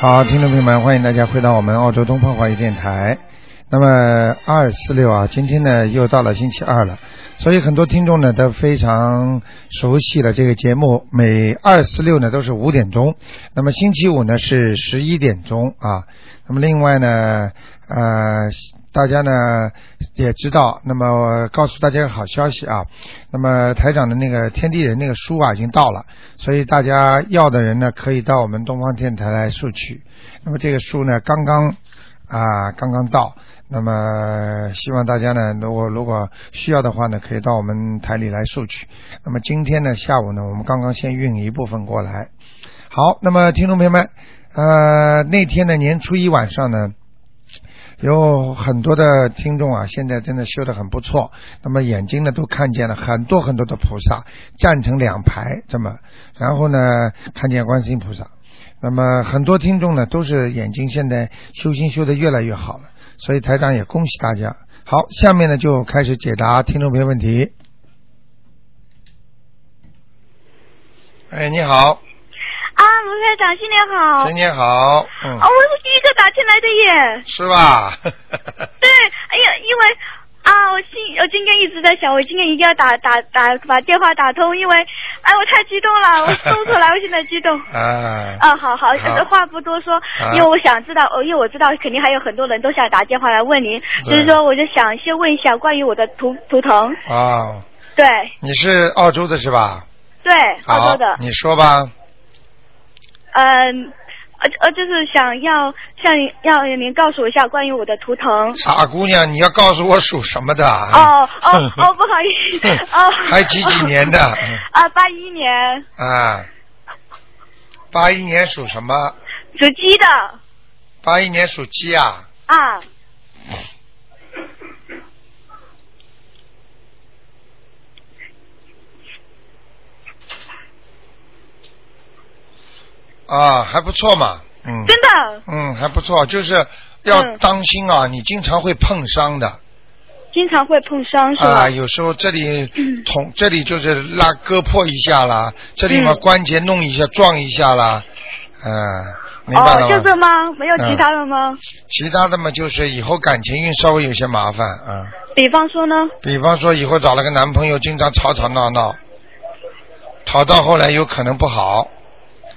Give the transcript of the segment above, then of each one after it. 好，听众朋友们，欢迎大家回到我们澳洲东方华语电台。那么二四六啊，今天呢又到了星期二了，所以很多听众呢都非常熟悉了这个节目。每二四六呢都是五点钟，那么星期五呢是十一点钟啊。那么另外呢，呃，大家呢也知道，那么告诉大家个好消息啊，那么台长的那个《天地人》那个书啊已经到了，所以大家要的人呢可以到我们东方电台来索取。那么这个书呢刚刚啊刚刚到，那么希望大家呢如果如果需要的话呢可以到我们台里来索取。那么今天呢下午呢我们刚刚先运一部分过来。好，那么听众朋友们，呃那天呢年初一晚上呢。有很多的听众啊，现在真的修得很不错。那么眼睛呢，都看见了很多很多的菩萨站成两排，这么，然后呢，看见观世音菩萨。那么很多听众呢，都是眼睛现在修心修得越来越好了，所以台长也恭喜大家。好，下面呢就开始解答听众朋友问题。哎，你好，啊，卢台长，新年好！新年好，嗯啊，，我是第一个打进来的 耶。是吧？对，哎呀，因为啊，我今我今天一直在想，我今天一定要打打打把电话打通，因为哎，我太激动了，我说不出来，我现在激 动。啊，啊，好好，好啊呃话不多说，因为我想知道，呃因为我知道肯定还有很多人都想打电话来问您，所对以说我就想先问一下关于我的图图腾，啊，对你是澳洲的是吧？对，澳好洲的，你说吧。嗯，呃呃，就是想要向您要您告诉我一下关于我的图腾，傻姑娘，你要告诉我属什么的？，哦哦哦，不好意思哦哎还几几年的 啊，八一年啊，八一年属什么？属鸡的八一年属鸡啊，啊，啊，还不错嘛，嗯，真的嗯，还不错，就是要嗯当心啊，你经常会碰伤的经常会碰伤是嗯吧啊，？有时候这里捅，这里就是拉割破一下啦，这里嘛嗯关节弄一下撞一下啦，嗯，明白了哦，就吗？嗯这吗？没有其他的吗？其他的嘛，就是以后感情运稍微有些麻烦啊。比方说呢？比方说，以后找了个男朋友，经常吵吵闹闹，吵到后来有可能不好，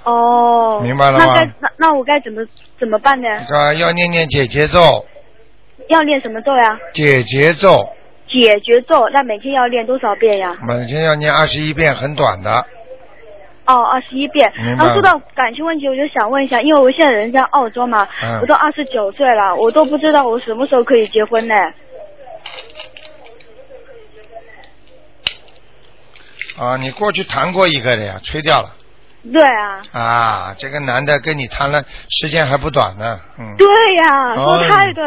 哦，明白了吗那该那那我该怎么怎么办呢？啊，要念念解节奏，要练什么咒呀？解节奏，解决咒，那每天要练多少遍呀？每天要念二十一遍，很短的。哦，二十一遍。明白然后说到感情问题，我就想问一下，因为我现在人在澳洲嘛，嗯我都二十九岁了，我都不知道我什么时候可以结婚呢？啊，你过去谈过一个的呀，吹掉了对啊。啊，这个男的跟你谈了时间还不短呢， 嗯。对呀、说哎太对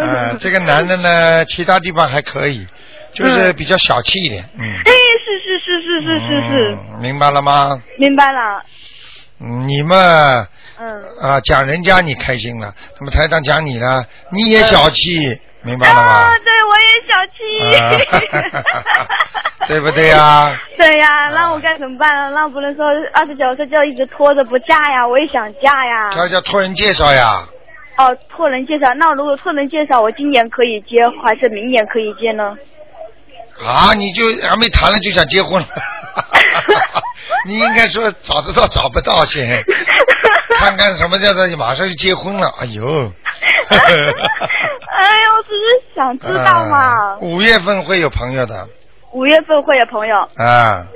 了。啊，这个男的呢，其他地方还可以，就是嗯比较小气一点，嗯。哎，是是是是是是是，嗯明白了吗？明白了。嗯你们嗯，啊，讲人家你开心了，那么台长讲你呢，你也小气，明白了吗啊，？对，我也小气。啊对不对呀？ 对呀、那我该怎么办啊？那不能说二十九岁就一直拖着不嫁呀，我也想嫁呀。要叫托人介绍呀，哦，托人介绍，那如果托人介绍，我今年可以接还是明年可以 接呢？啊，你就还没谈了就想结 婚了，你应该说找得到找不到先，看看什么叫做马上就结婚了，哎呦，哎呦，我只是想 知道嘛。 啊五月份会有朋友的五月份会有朋友，啊，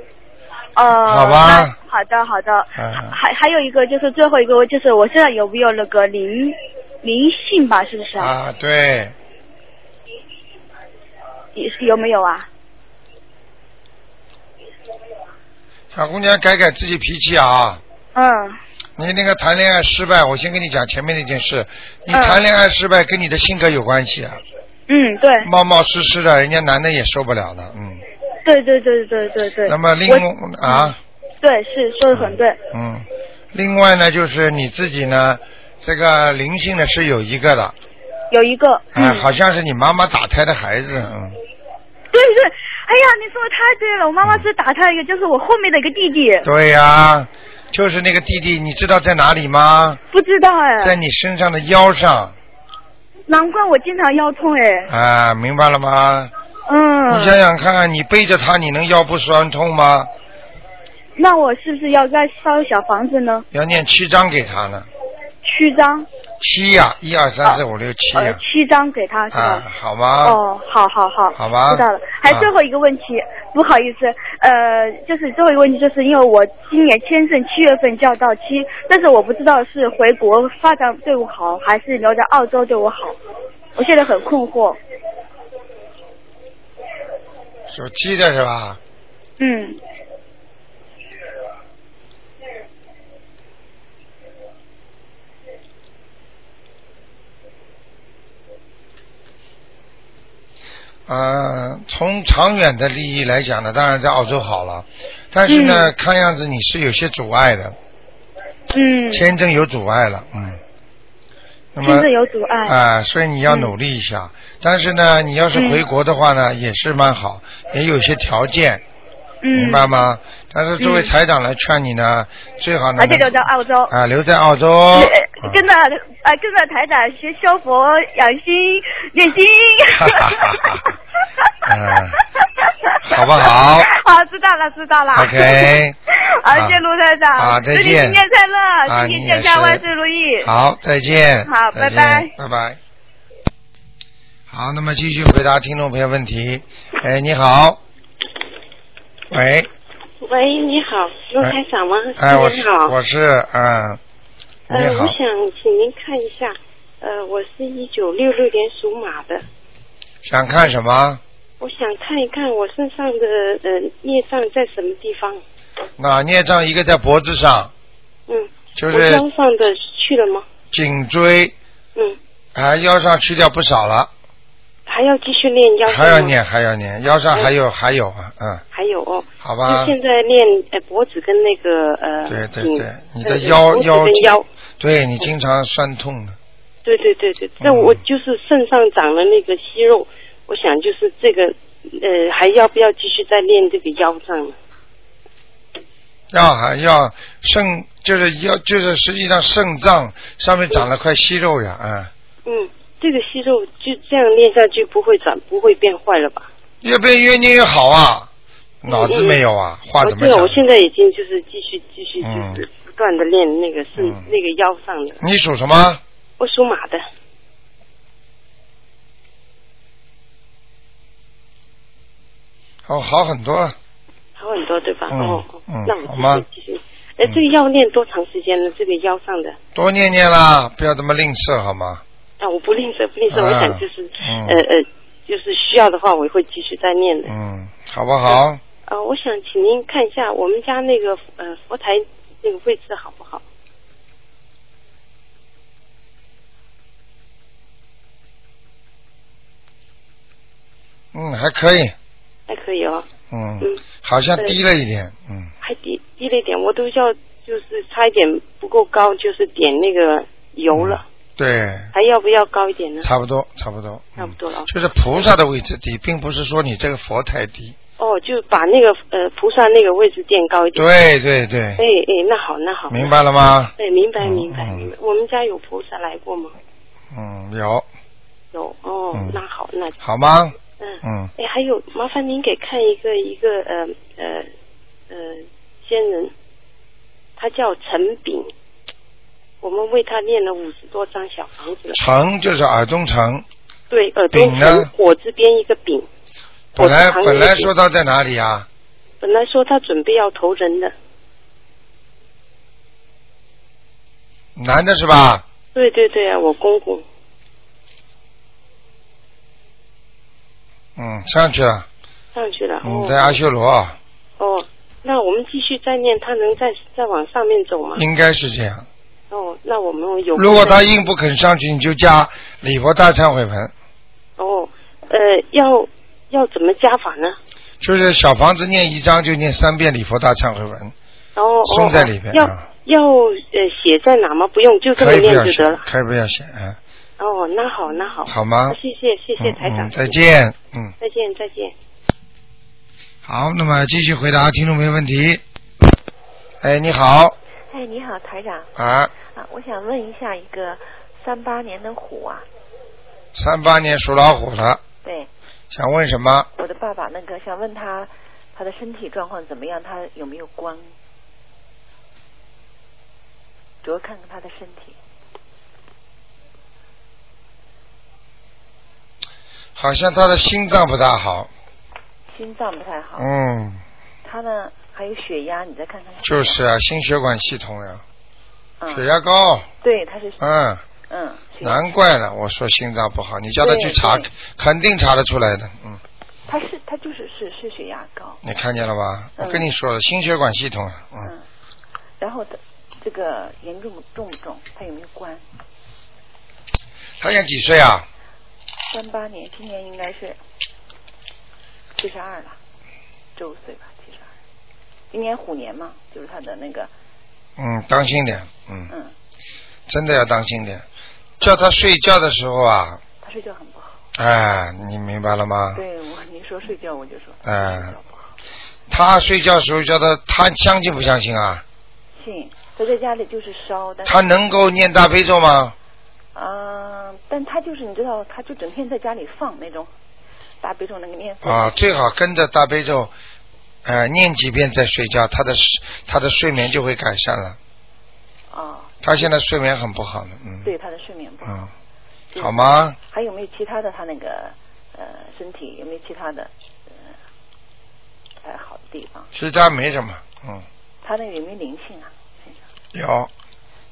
呃，好吧那好的，好的。嗯还还有一个就是最后一个，就是我现在有没有那个灵灵性吧？是不是啊？啊，对，有有没有啊？小姑娘改改自己脾气啊。嗯，你那个谈恋爱失败，我先跟你讲前面那件事。你嗯谈恋爱失败跟你的性格有关系啊，嗯，对，冒冒失失的，人家男的也受不了的，嗯。对对对对对对。那么另我啊，对是说的很对，嗯，另外呢，就是你自己呢，这个灵性呢是有一个的，啊有一个，嗯，哎，好像是你妈妈打胎的孩子，嗯，对对，哎呀，你说的太对了，我妈妈是打胎一个，就是我后面的一个弟弟，对呀、就是那个弟弟，你知道在哪里吗？不知道哎，在你身上的腰上难怪我经常腰痛哎，啊，明白了吗？你想嗯，想看，你背着他，你能腰不酸痛吗？那我是不是要再烧小房子呢？要念七章给他呢，七张，七呀、一二三四五六七呃，呀、七张给他是啊，吧？好吗？哦，好好好，好吧知道了。还有啊最后一个问题，不好意思，呃，就是最后一个问题，就是因为我今年签证七月份就要到期，但是我不知道是回国发展对我好，还是留在澳洲对我好，我现在很困惑。属鸡的是吧？嗯，呃，从长远的利益来讲呢，当然在澳洲好了，但是呢，看样子你是有些阻碍的，嗯，签证有阻碍了，嗯。那么签证有阻碍。啊、所以你要努力一下。但是呢，你要是嗯回国的话呢，也是蛮好，也有些条件，嗯明，白吗？但是作为嗯台长来劝你呢，最好呢而且留在澳洲。啊、留在澳洲，呃跟着呃跟着台长学修佛养心念 经，嗯 好不 好好，啊知道了，知道了。 OK 好，谢谢卢台长。啊再见祝你新年快乐，啊新你年也健康，是万事如意。好，再见。好再拜见拜，拜拜。好，那么继续回答听众朋友问题。哎，你好。喂，喂，你好，卢台长吗？哎，我嗯你是好，我是嗯，你呃，我好，想请您看一下，呃，我是一九六六年属马的，想看什么？我想看一看我身上的呃孽障在什么地方，那孽障一个在脖子上，嗯，就我是腰上的去了吗？颈椎嗯，啊腰上去掉不少了，还要继续练腰上吗还要，念还要念，腰上还有还有啊，嗯，还有哦，好就吧，现在练呃脖子跟那个呃啊对对颈对你的呃腰脖子腰跟腰，对你经常酸痛的，对对对对，那嗯我就是肾上长了那个息肉，我想就是这个，呃，还要不要继续再练这个腰上了？要还要肾就是要就是实际上肾脏上面长了块息肉呀，啊、嗯，这个息肉就这样练下去不会长，不会变坏了吧？越变越念越好啊，脑子嗯嗯没有啊，话我怎么这个讲我？现在已经就是继续继续嗯就是不断的练那个肾、嗯那个腰上的，你属什么？我属马的，哦，好很多了，好很多对吧？嗯哦，哦嗯那好吗我继续继续。哎，这个要练多长时间呢？这个腰上的多念念啦，不要这么吝啬好吗？啊，我不吝啬，不吝啬，啊我想就是、嗯呃呃，就是需要的话，我会继续再练的。嗯，好不好？呃，我想请您看一下我们家那个呃佛台那个位置好不好？嗯，还可以，还可以哦，嗯嗯，好像低了一点，嗯，还低低了一点，我都要就是差一点不够高，就是点那个油了，对，还要不要高一点呢？嗯差不多，差不多，嗯差不多了哦就是菩萨的位置低，并不是说你这个佛台低。哦，就把那个呃菩萨那个位置垫高一点。对对对哎，哎，那好，那好。明。白了吗？哎，明白嗯明白嗯明白。我们家有菩萨来过吗？嗯，有，有哦，嗯那好，那好吗？嗯。嗯，哎，还有，麻烦您给看一个一个呃呃呃仙人，他叫陈炳，我们为他念了五十多张小房子了。成就是耳中成，对，耳朵丙呢从火字边一个丙，本来我是唐本来人说他在哪里啊？本来说他准备要投人的。男的是吧？对对对啊，我公公。嗯，上去了，上去了，嗯，哦在阿修罗，哦，那我们继续再念，他能再再往上面走吗？应该是这样。哦，那我们嗯有如果他硬不肯上去，你就加礼佛大忏悔文，哦，呃，要要怎么加法呢？就是小房子念一章就念三遍礼佛大忏悔文，哦哦，送在里边哦要啊要呃写在哪吗？不用，就可这么以不念要就写得了，。可以不要写，嗯，哦，那好，那好，好吗？谢谢谢谢嗯台长，嗯再，见，嗯。再见再见。好，那么继续回答听众朋友问题。哎，你好，哎，你好，台长啊，啊，我想问一下一个三八年的虎啊，三八年属老虎了，对，想问什么？我的爸爸那个想问他他的身体状况怎么样，他有没有光？主要看看他的身体。好像他的心脏不大好，心脏不太好，嗯，他呢还有血压，你再看看血压。就是啊，心血管系统呀、嗯，血压高，对，他是嗯，嗯，血压难怪了，我说心脏不好，你叫他去对查对，肯定查得出来的，嗯，他是他就是是是血压高，你看见了吧？我哦嗯跟你说了，心血管系统啊，嗯，嗯，然后他这个严重重不重？他有没有关？他现在几岁啊？三八年，今年应该是七十二了，周岁吧，七十二。今年虎年嘛，就是他的那个，嗯，当心点，嗯，嗯，真的要当心点，叫他睡觉的时候啊，他睡觉很不好。哎，你明白了吗？对我，你说睡觉，我就说哎睡觉不好。他睡觉的时候叫他，他相信不相信啊？信他在家里就是烧，但是他能够念大悲咒吗？嗯、但他就是你知道，他就整天在家里放那种大悲咒那个念佛啊，最好跟着大悲咒，呃，念几遍再睡觉，他的他的睡眠就会改善了。啊，他现在睡眠很不好呢，嗯，对他的睡眠不好。嗯，好吗？还有没有其他的？他那个呃身体有没有其他的呃不太好的地方？其他没什么，嗯，他那个有没有灵性啊？身上有。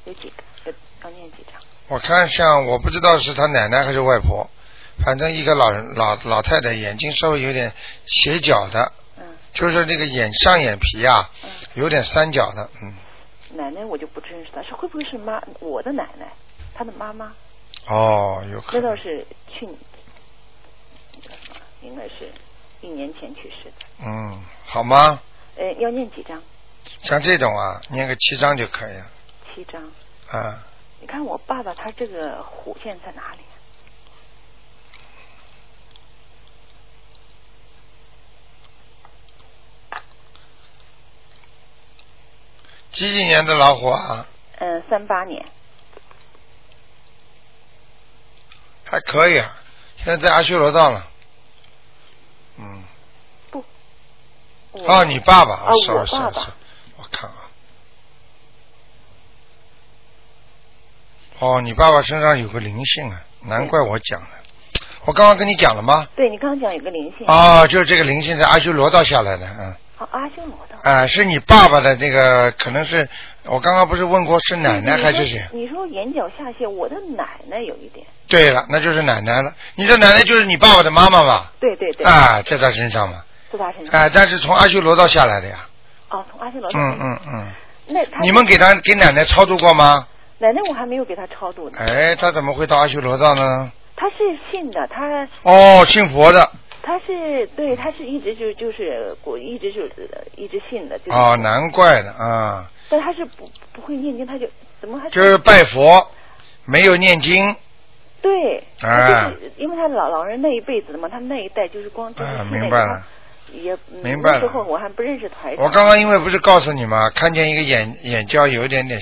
有几个？有要念几张？我看像我不知道是他奶奶还是外婆，反正一个老人老老太太眼睛稍微有点斜角的，嗯就是那个眼上眼皮啊嗯，有点三角的，嗯，奶奶我就不认识她，是会不会是妈我的奶奶？她的妈妈？哦，有那可倒能，是去，应该是一年前去世的。嗯，好吗？呃，要念几张？像这种啊，念个七章就可以了，七张。啊，你看我爸爸他这个虎现在在哪里？几几年的老虎啊，嗯，三八年。还可以啊，现在在阿修罗道了，嗯，我哦，你爸爸，哦是我是爸是爸，我看啊，哦，你爸爸身上有个灵性啊，难怪我讲了，我刚刚跟你讲了吗？对你刚刚讲有个灵性。哦，就是这个灵性在阿修罗道下来的，嗯，啊，阿修罗道。啊、是你爸爸的那个，可能是我刚刚不是问过是奶奶还是谁？你说你说眼角下陷，我的奶奶有一点。对了，那就是奶奶了。你的奶奶就是你爸爸的妈妈嘛？对对对，啊，在他身上嘛。在他身上。啊，但是从阿修罗道下来的呀。哦，从阿修罗道。嗯嗯嗯。那他你们给他给奶奶超度过吗？奶奶，我还没有给他超度呢。哎，他怎么会到阿修罗道呢？他是信的，他哦，信佛的。他是对，他是一直就就是我一直就呃一直信的，就是、哦，难怪呢啊，但他是不不会念经，他就怎么还就是拜佛，没有念经。对，啊他就是因为他老老人那一辈子的嘛，他们那一代就是光就是啊，信那明个白了。也嗯明白了那时候我还不认识台长，我刚刚因为不是告诉你吗？看见一个眼眼角有一点点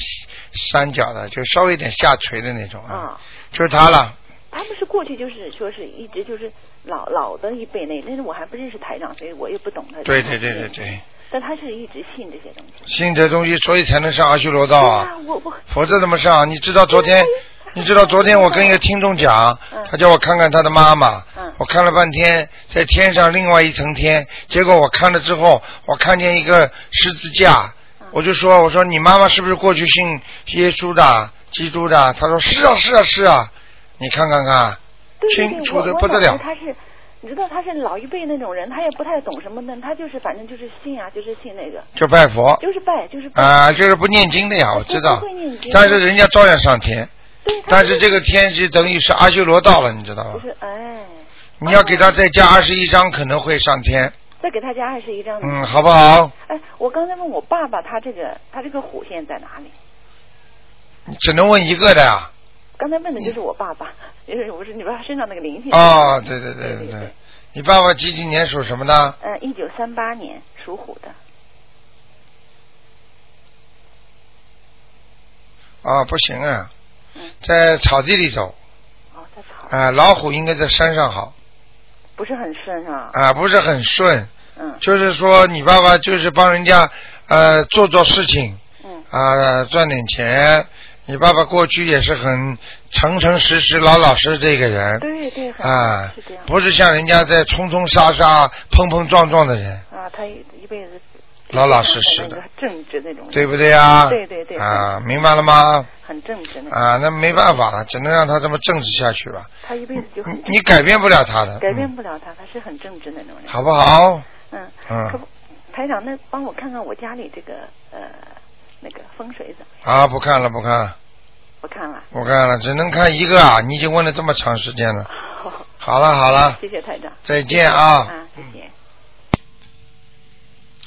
三角的，就稍微有点下垂的那种啊，啊，就是他了。他们是过去就是说是一直就是老老的一辈那，但是我还不认识台长，所以我也不懂他。对对对对。对，但他是一直信这些东西。信这东西，所以才能上阿修罗道啊。对啊，我我否则怎么上？你知道昨天，你知道昨天我跟一个听众讲，嗯他叫我看看他的妈妈嗯，我看了半天，在天上另外一层天，结果我看了之后，我看见一个十字架，嗯我就说，我说你妈妈是不是过去信耶稣的、基督的？他说是啊，是啊，是啊，你看看看，对对清对，楚我的我不得老了婆他是，你知道他是老一辈那种人，他也不太懂什么的，他就是反正就是信啊，就是信那个，就拜佛就是拜，就是拜。啊、就是不念经的呀，他我知道不会念经，但是人家照样上天，对，他但就是这个天是等于是阿修罗道了，你知道吗不？是哎，你要给他再加二十一张，可能会上天。再给他加二十一张。嗯，好不好？哎，我刚才问我爸爸，他这个他这个虎现在在哪里？你只能问一个的呀、刚才问的就是我爸爸，就是我是你爸身上那个灵性。哦，对对对对对对对，你爸爸几几年属什么的？呃，一九三八年属虎的，啊，不行啊嗯，在草地里走哦，在草啊，老虎应该在山上好不是很顺是吧？啊，不是很顺。嗯就是说，你爸爸就是帮人家呃做做事情嗯啊、赚点钱。你爸爸过去也是很诚诚实实、老老实实的一个人对对，很啊是这样，不是像人家在冲冲杀杀、碰碰撞撞的人，啊，他一一辈子老老实实的，很正直那种人，对不对啊？对对对啊，明白了吗？很正直那种，嗯啊，那没办法了，只能让他这么正直下去吧。他一辈子就很你你改变不了他的，改变嗯不了他，他是很正直那种人。好不好？嗯，嗯可不，台长，那帮我看看我家里这个呃那个风水怎么样？啊，不看了，不看了，我看了，不看了，只能看一个啊！你已经问了这么长时间了。嗯好，好了好了，谢谢台长，再见啊！啊，谢谢。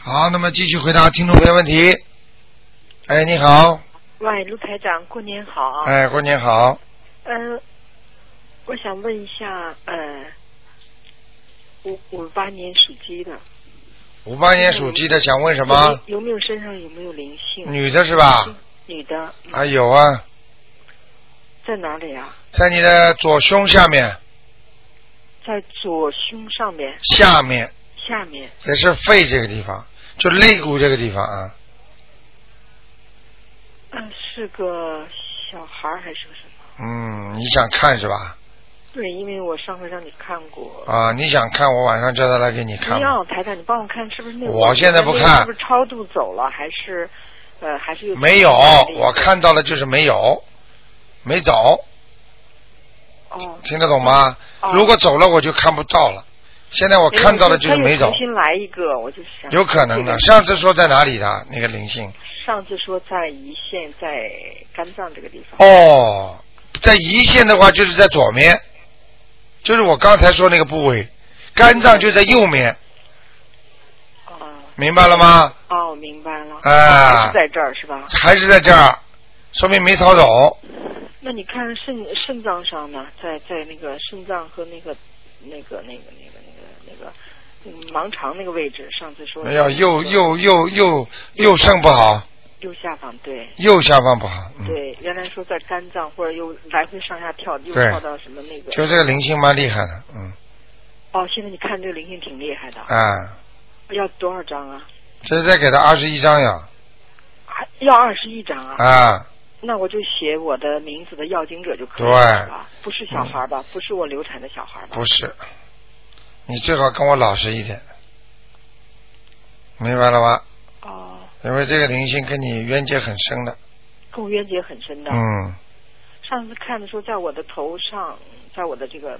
好，那么继续回答听众朋友问题。哎，你好，喂，陆台长，过年好啊！哎，过年好，嗯、我想问一下，呃，五五八年属鸡的，五八年属鸡的想问什么？有没有身上有没有灵性？女的是吧？女的，嗯啊，有啊，在哪里啊？在你的左胸下面，在左胸上面下面下面，也是肺这个地方，就肋骨这个地方啊，嗯、是个小孩儿还是个什么？嗯，你想看是吧？对，因为我上回让你看过。啊，你想看，我晚上叫他来给你不看吧。要，台长，你帮我看是不是那个？我现在不看是不是超度走了，还是呃，还是有没有，我看到了就是没有，没走，哦，听得懂吗？哦如果走了我就看不到了。现在我看到了就是没他又走重，新来一个，我就想有可能的。啊这个上次说在哪里的那个灵性？上次说在胰腺，在肝脏这个地方。哦，在胰腺的话就是在左面，就是我刚才说那个部位，肝脏就在右面，哦明白了吗？哦，我明白了。啊还是在这儿是吧？还是在这儿，说明没逃走。嗯那你看肾肾脏上呢，在在那个肾脏和那个那个那个那个那个那个嗯盲肠那个位置，上次说没有右右右右右肾不好，右下方对。右下方不好，嗯，对，原来说在肝脏或者又来回上下跳，又对跳到什么那个？就这个灵性蛮厉害的，嗯哦，现在你看这个灵性挺厉害的，啊，要多少张啊？这再给他二十一张呀，还要二十一张啊？啊，那我就写我的名字的要经者就可以对了，是吧？不是小孩儿吧？不是我流产的小孩儿吧？不是，你最好跟我老实一点，明白了吗？哦，因为这个灵性跟你冤结很深的，跟我冤结很深的。嗯，上次看的时候，在我的头上，在我的这个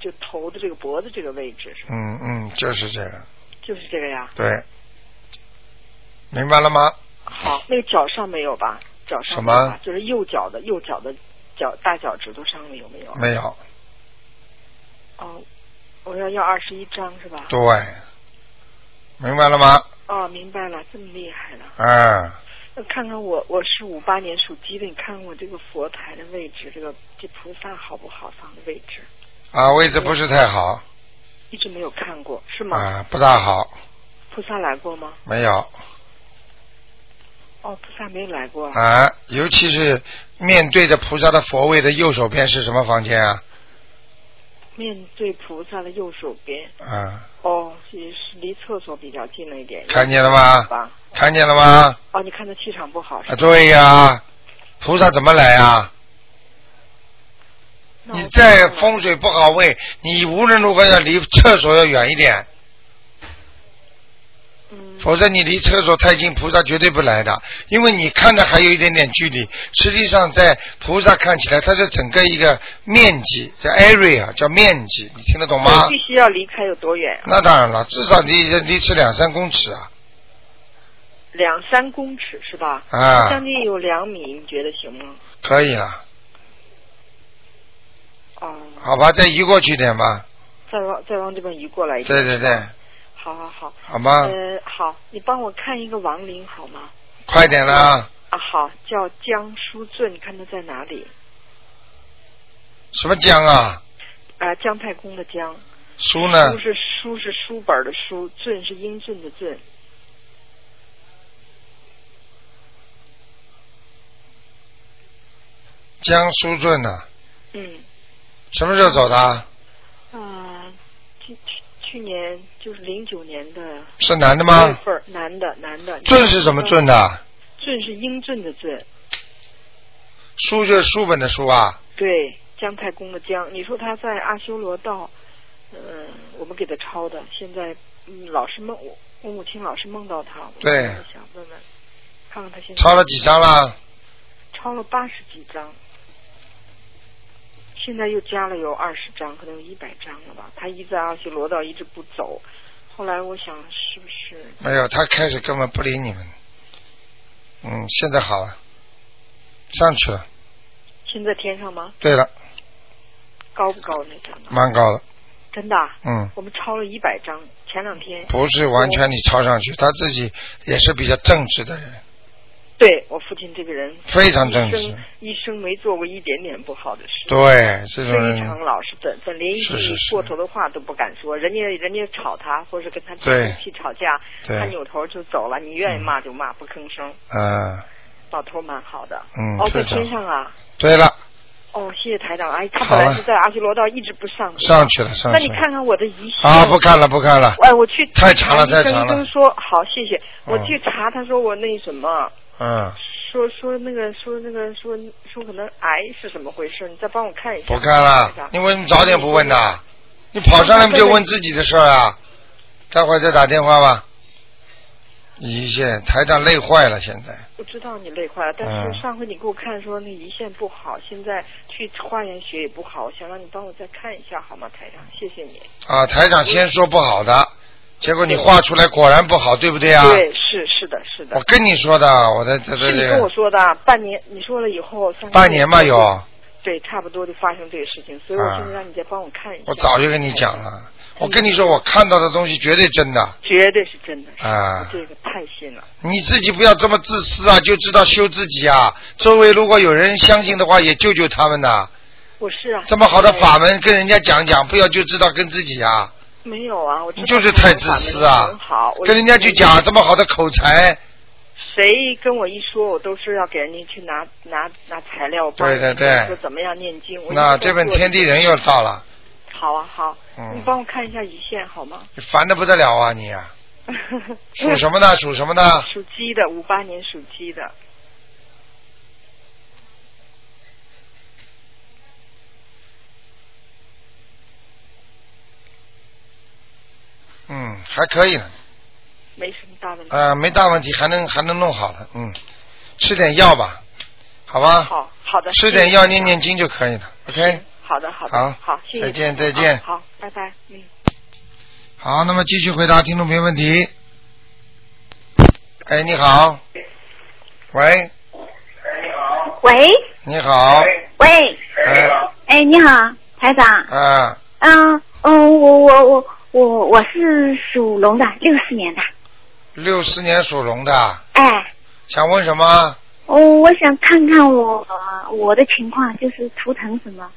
就头的这个脖子这个位置，嗯嗯，就是这个，就是这个呀。对，明白了吗？好，那个脚上没有吧？脚上什没有吧么就是右脚的右脚的脚大脚趾头上面有没啊有？没有，哦，我要要二十一张是吧？对，明白了吗？哦，明白了，这么厉害了。啊，那看看我，我是五八年属鸡的，你看看我这个佛台的位置，这个这菩萨好不好放的位置，啊，位置不是太好，一直没有看过，是吗？啊，不大好，菩萨来过吗？没有，哦，菩萨没有来过。啊，尤其是面对着菩萨的佛位的右手边是什么房间啊？面对菩萨的右手边，啊，哦，也是离厕所比较近了一点。看见了吗？吧？看见了吗？哦，你看他气场不好是啊，吧？对呀、菩萨怎么来啊？那我你在看看风水不好位，你无论如何要离厕所要远一点，嗯，否则你离厕所太近，菩萨绝对不来的。因为你看的还有一点点距离，实际上在菩萨看起来，它是整个一个面积，叫 area，叫面积，你听得懂吗那？必须要离开有多远啊？那当然了，至少离离此两三公尺啊两三公尺是吧？啊将，近有两米，你觉得行吗？可以了，哦，好吧，再移过去一点吧。再往再往这边移过来一点。对对对，好好好。好吗？呃，好，你帮我看一个亡灵好吗？快点啦！啊，好，叫江书俊，你看他在哪里？什么江啊？啊、姜太公的姜，书呢书？是书是书本的书，俊是英俊的俊，江苏镇呢、嗯什么时候走的？啊，去去去年就是零九年的是男的八月吗？份儿，男的男的。圳是什么圳？的？圳是英俊的俊，书就是书本的书啊。对，姜太公的姜。你说他在阿修罗道，嗯、我们给他抄的。现在嗯，老是梦我我母亲老是梦到他，我对想问问，看看他现在抄了几张啦？抄了八十几张，现在又加了有二十张，可能有一百张了吧。他一直在阿修罗道一直不走，后来我想是不是没有，他开始根本不理你们。嗯，现在好了，上去了。现在天上吗？对了，高不高那张啊？蛮高了。真的啊，嗯，我们抄了一百张，前两天。不是完全你抄上去，他自己也是比较正直的人，对我父亲这个人非常正一直生。一生没做过一点点不好的事，对，这种非常人，老实本分，连一是句是是过头的话都不敢说。人家人家吵他，或者是跟他对气吵架，对他扭头就走了。你愿意骂就骂，不吭声。嗯老头蛮好的。嗯，哦，在非常天。上啊。对了，哦，谢谢台长。哎，他好本来了是在阿修罗道一直不上的。上去了，上那去你了。看看我的遗像。啊，不看了，不看了。哎，我去太长了太医生长了医生说好，谢谢。我嗯去查，他说我那什么，嗯，说说那个说那个说说可能癌是怎么回事？你再帮我看一下。不看了。你因为什么早点不问呢？你跑上来不就问自己的事儿啊？待会儿再打电话吧。一线台长累坏了，现在我知道你累坏了，但嗯是上回你给我看说那胰腺不好，现在去化验学也不好，我想让你帮我再看一下好吗，台长？谢谢你。啊，台长先说不好的，结果你画出来果然不好，对不对啊？对，是是的，是的我。跟你说的，我在这这是你跟我这说的，半年你说了以后，三个月半年嘛有，对，差不多就发生这个事情，所以我啊现在让你再帮我看一下。我早就跟你讲了。我嗯跟你说，我看到的东西绝对真的绝对是真的，啊！这个太信了。你自己不要这么自私啊，就知道修自己啊。周围如果有人相信的话，也救救他们呐、我是啊，这么好的法门跟人家讲讲，不要就知道跟自己啊，没有啊，我知你道就是这个太自法门私啊很好，我跟人家去讲这么好的口才，谁跟我一说，我都是要给人家去拿拿拿材料，帮对对人家对说怎么样念经。我那一直这在本做天地人又到了，好啊好，嗯你帮我看一下胰腺好吗？你烦的不得了啊你啊！属什么 呢？属什么呢？属鸡的，五八年属鸡的，嗯，还可以呢，没什么大问题。啊，没大问题，还能还能弄好的，嗯，吃点药吧，好吧？好好的，吃点啊药念念经就可以了，OK。好的，好的，好好，谢谢再见你啊再见好，拜拜，嗯。好，那么继续回答听众朋友问题。哎，你好，喂，喂你好，喂，哎，哎，你好，台长。啊，嗯嗯，我我我我我是属龙的，六四年的。六四年属龙的，哎，想问什么？我我想看看我我的情况，就是图腾什么。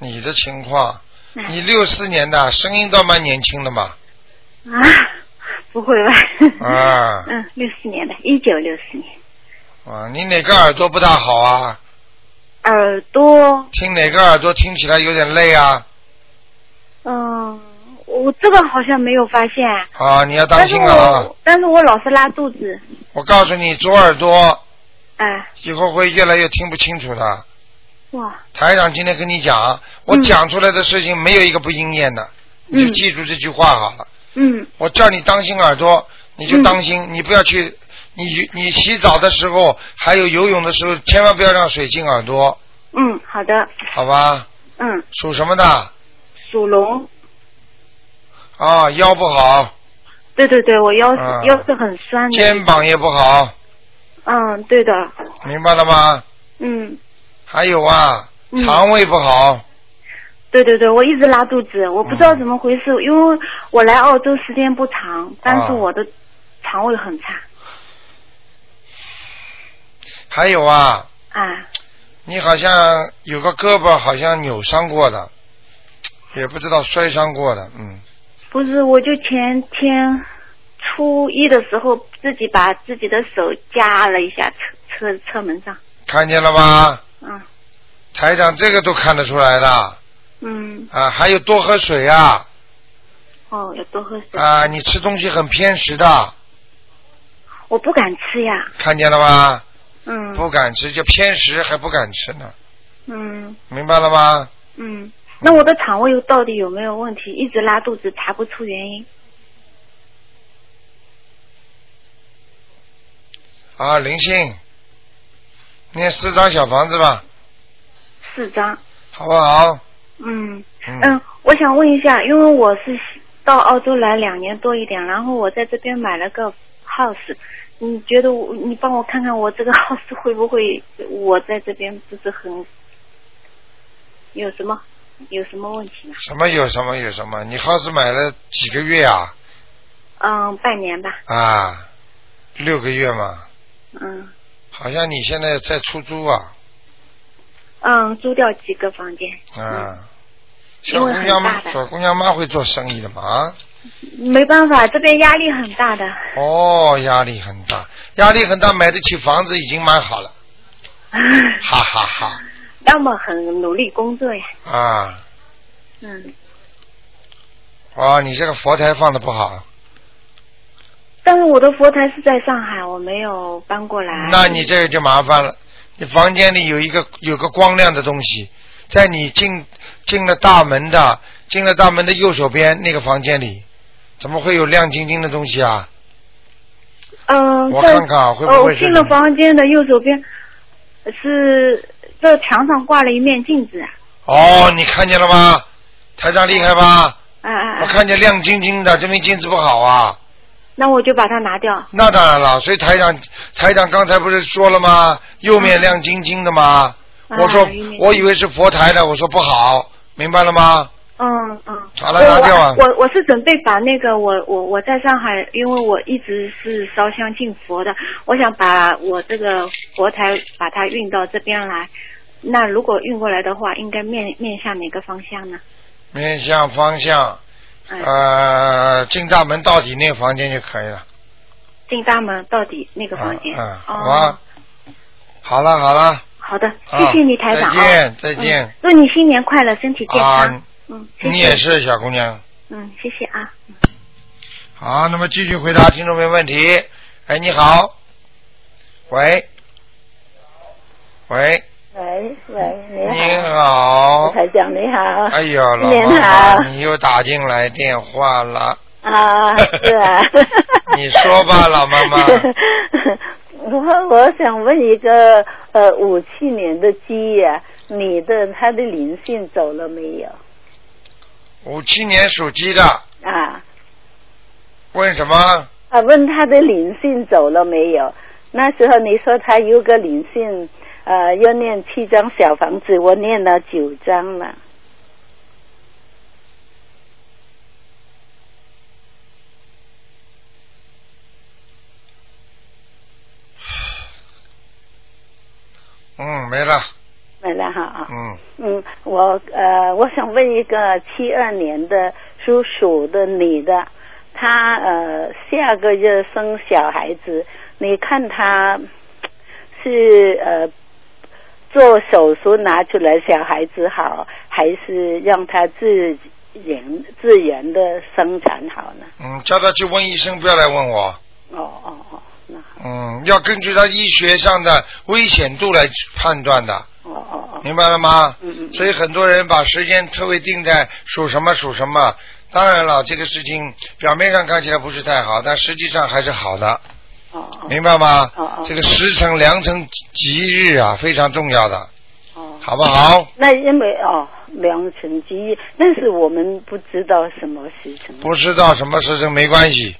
你的情况，哎你六四年的，声音倒蛮年轻的 嘛，啊，不会吧？ 啊嗯，六四年的，一九六四年。啊，你哪个耳朵不大好啊？耳朵，听哪个耳朵听起来有点累啊？嗯，我这个好像没有发现，啊，你要当但是心我、啊！但是我老是拉肚子，我告诉你，左耳朵哎，以后会越来越听不清楚的。哇，台长今天跟你讲，我嗯讲出来的事情没有一个不应验的，你就嗯记住这句话好了。嗯我叫你当心耳朵，你就嗯当心，你不要去，你你洗澡的时候，还有游泳的时候，千万不要让水进耳朵，嗯，好的，好吧？嗯，属什么的？属龙，啊，腰不好，对对对，我腰是、啊腰是很酸的，肩膀也不好，嗯，对的，明白了吗？嗯，还有啊，嗯肠胃不好，对对对，我一直拉肚子，我不知道怎么回事，嗯因为我来澳洲时间不长，但是我的肠胃很差还有啊，啊，你好像有个胳膊好像扭伤过的，也不知道摔伤过的，嗯，不是，我就前天初一的时候自己把自己的手夹了一下车车车门上，啊看见了吧？嗯，台长这个都看得出来的嗯，啊，还有多喝水啊哦，要多喝水。啊，你吃东西很偏食的，我不敢吃呀。看见了吗？嗯不敢吃就偏食，还不敢吃呢，嗯明白了吗？嗯，那我的肠胃到底有没有问题？一直拉肚子，查不出原因。啊，灵性，念四张小房子吧，四张。好不好？嗯嗯嗯，我想问一下，因为我是到澳洲来两年多一点，然后我在这边买了个 house，你觉得我你帮我看看我这个 house 会不会我在这边不是很有什么有什么问题呢？什么有什么有什么？你 house 买了几个月啊？嗯，半年吧，啊，六个月嘛，嗯好像你现在在出租啊，嗯，租掉几个房间，啊，嗯因小姑为很娘大的小姑娘妈会做生意的嘛？啊没办法，这边压力很大的，哦，压力很大，压力很大，买得起房子已经蛮好了，哈哈哈要么很努力工作呀，啊！嗯，哇，哦你这个佛台放的不好，但是我的佛台是在上海，我没有搬过来，那你这个就麻烦了。你房间里有一个有个光亮的东西，在你进进了大门的进了大门的右手边那个房间里，怎么会有亮晶晶的东西啊？嗯，我在看看啊会不呃会我是进什了么房间的右手边是这墙上挂了一面镜子，啊哦，你看见了吗？台长厉害吧？啊啊我啊！看见亮晶晶的，证明镜子不好啊。那我就把它拿掉。那当然了，所以台长台长刚才不是说了吗？右面亮晶晶的吗？啊我说右面我以为是佛台的，我说不好，明白了吗？嗯嗯，好了拿掉啊我我我是准备把那个我我我在上海，因为我一直是烧香敬佛的，我想把我这个佛台把它运到这边来。那如果运过来的话，应该面面向哪个方向呢？面向方向，嗯，呃，进大门到底那个房间就可以了。进大门到底那个啊方间？啊，好哦吧，好了好了，好的，啊谢谢你台长、啊、再见再见嗯祝你新年快乐，身体健康。啊，嗯，谢谢你也。是小姑娘。嗯，谢谢啊。好，那么继续回答听众朋友问题。哎，你好，喂，喂，喂喂，你你好，好，台长你好。哎呦，老新年妈好妈，你又打进来电话了，。啊，是啊 你说吧老妈妈我我想问一个呃，五七年的鸡呀、你的它的灵性走了没有？五七年属鸡的，啊问什么？啊，问他的灵性走了没有？那时候你说他有个灵性，呃，要念七张小房子，我念了九张了。嗯，没了，没了哈啊，嗯，嗯，我呃，我想问一个七二年的属鼠的女的，她呃下个月生小孩子，你看她是呃做手术拿出来小孩子好，还是让她自然自然的生产好呢？嗯，叫他去问医生，不要来问我。哦哦哦，那好，嗯，要根据他医学上的危险度来判断的，哦哦哦，明白了吗？嗯嗯所以很多人把时间特别定在属什么属什么。当然了，这个事情表面上看起来不是太好，但实际上还是好的，哦哦明白吗？哦哦这个时辰良辰吉日啊，非常重要的，哦。好不好？那因为哦，良辰吉日，那是我们不知道什么时辰。不知道什么时辰没关系，